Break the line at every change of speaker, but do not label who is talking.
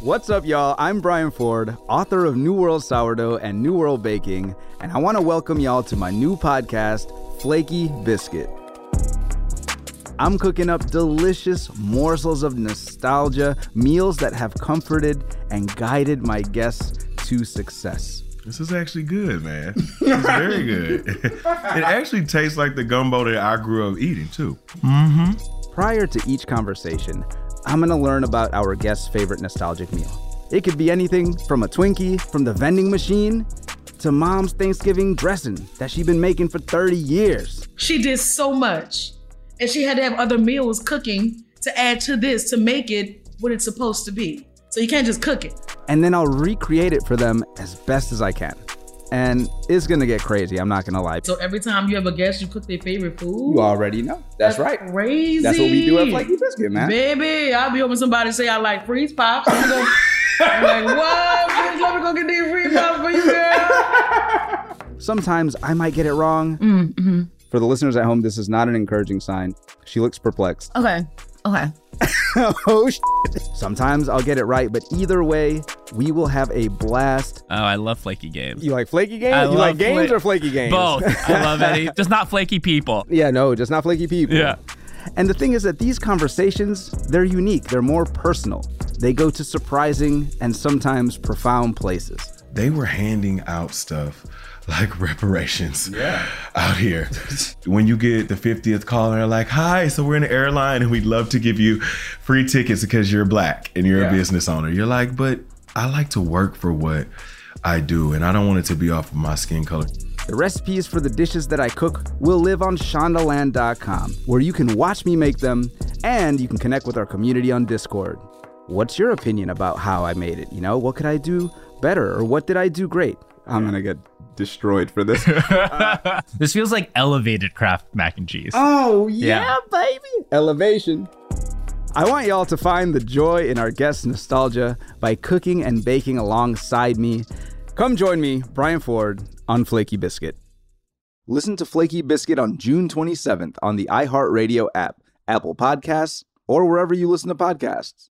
What's up, y'all? I'm Brian Ford, author of New World Sourdough and New World Baking, and I want to welcome y'all to my new podcast, Flaky Biscuit. I'm cooking up delicious morsels of nostalgia, meals that have comforted and guided my guests to success.
This is actually good, man. It's very good. it actually tastes like the gumbo that I grew up eating too.
Prior to each conversation, I'm going to learn about our guest's favorite nostalgic meal. It could be anything from a Twinkie from the vending machine to mom's Thanksgiving dressing that she's been making for 30 years.
She did so much. And she had to have other meals cooking to add to this to make it what it's supposed to be. So you can't just cook it.
And then I'll recreate it for them as best as I can. And it's going to get crazy, I'm not going to lie.
So every time you have a guest, you cook their favorite food.
You already know. That's right.
Crazy.
That's what we do at Flaky Biscuit, man.
Baby, I'll be hoping somebody say I like freeze pops. I'm, gonna, I'm like, what? Bitch, let me go get these freeze pops for you, girl.
Sometimes I might get it wrong.
Mm-hmm.
For the listeners at home, this is not an encouraging sign. She looks perplexed.
Okay. Okay.
oh shit. Sometimes I'll get it right, but either way, we will have a blast.
Oh, I love flaky games.
You like flaky games?
I
you like
love
games
fla-
or flaky games?
Both. I love any. Just not flaky people.
yeah, no, just not flaky people.
Yeah.
And the thing is that these conversations, they're unique, they're more personal. They go to surprising and sometimes profound places.
They were handing out stuff like reparations yeah. out here. when you get the 50th call and they're like, hi, so we're an airline and we'd love to give you free tickets because you're black and you're a business owner. You're like, but I like to work for what I do and I don't want it to be off of my skin color.
The recipes for the dishes that I cook will live on shondaland.com, where you can watch me make them and you can connect with our community on Discord. What's your opinion about how I made it? You know, what could I do better or what did I do great? I'm going to get destroyed for this.
This feels like elevated Kraft mac and cheese.
Oh,
Yeah.
baby. Elevation. I want y'all to find the joy in our guests' nostalgia by cooking and baking alongside me. Come join me, Brian Ford, on Flaky Biscuit. Listen to Flaky Biscuit on June 27th on the iHeartRadio app, Apple Podcasts, or wherever you listen to podcasts.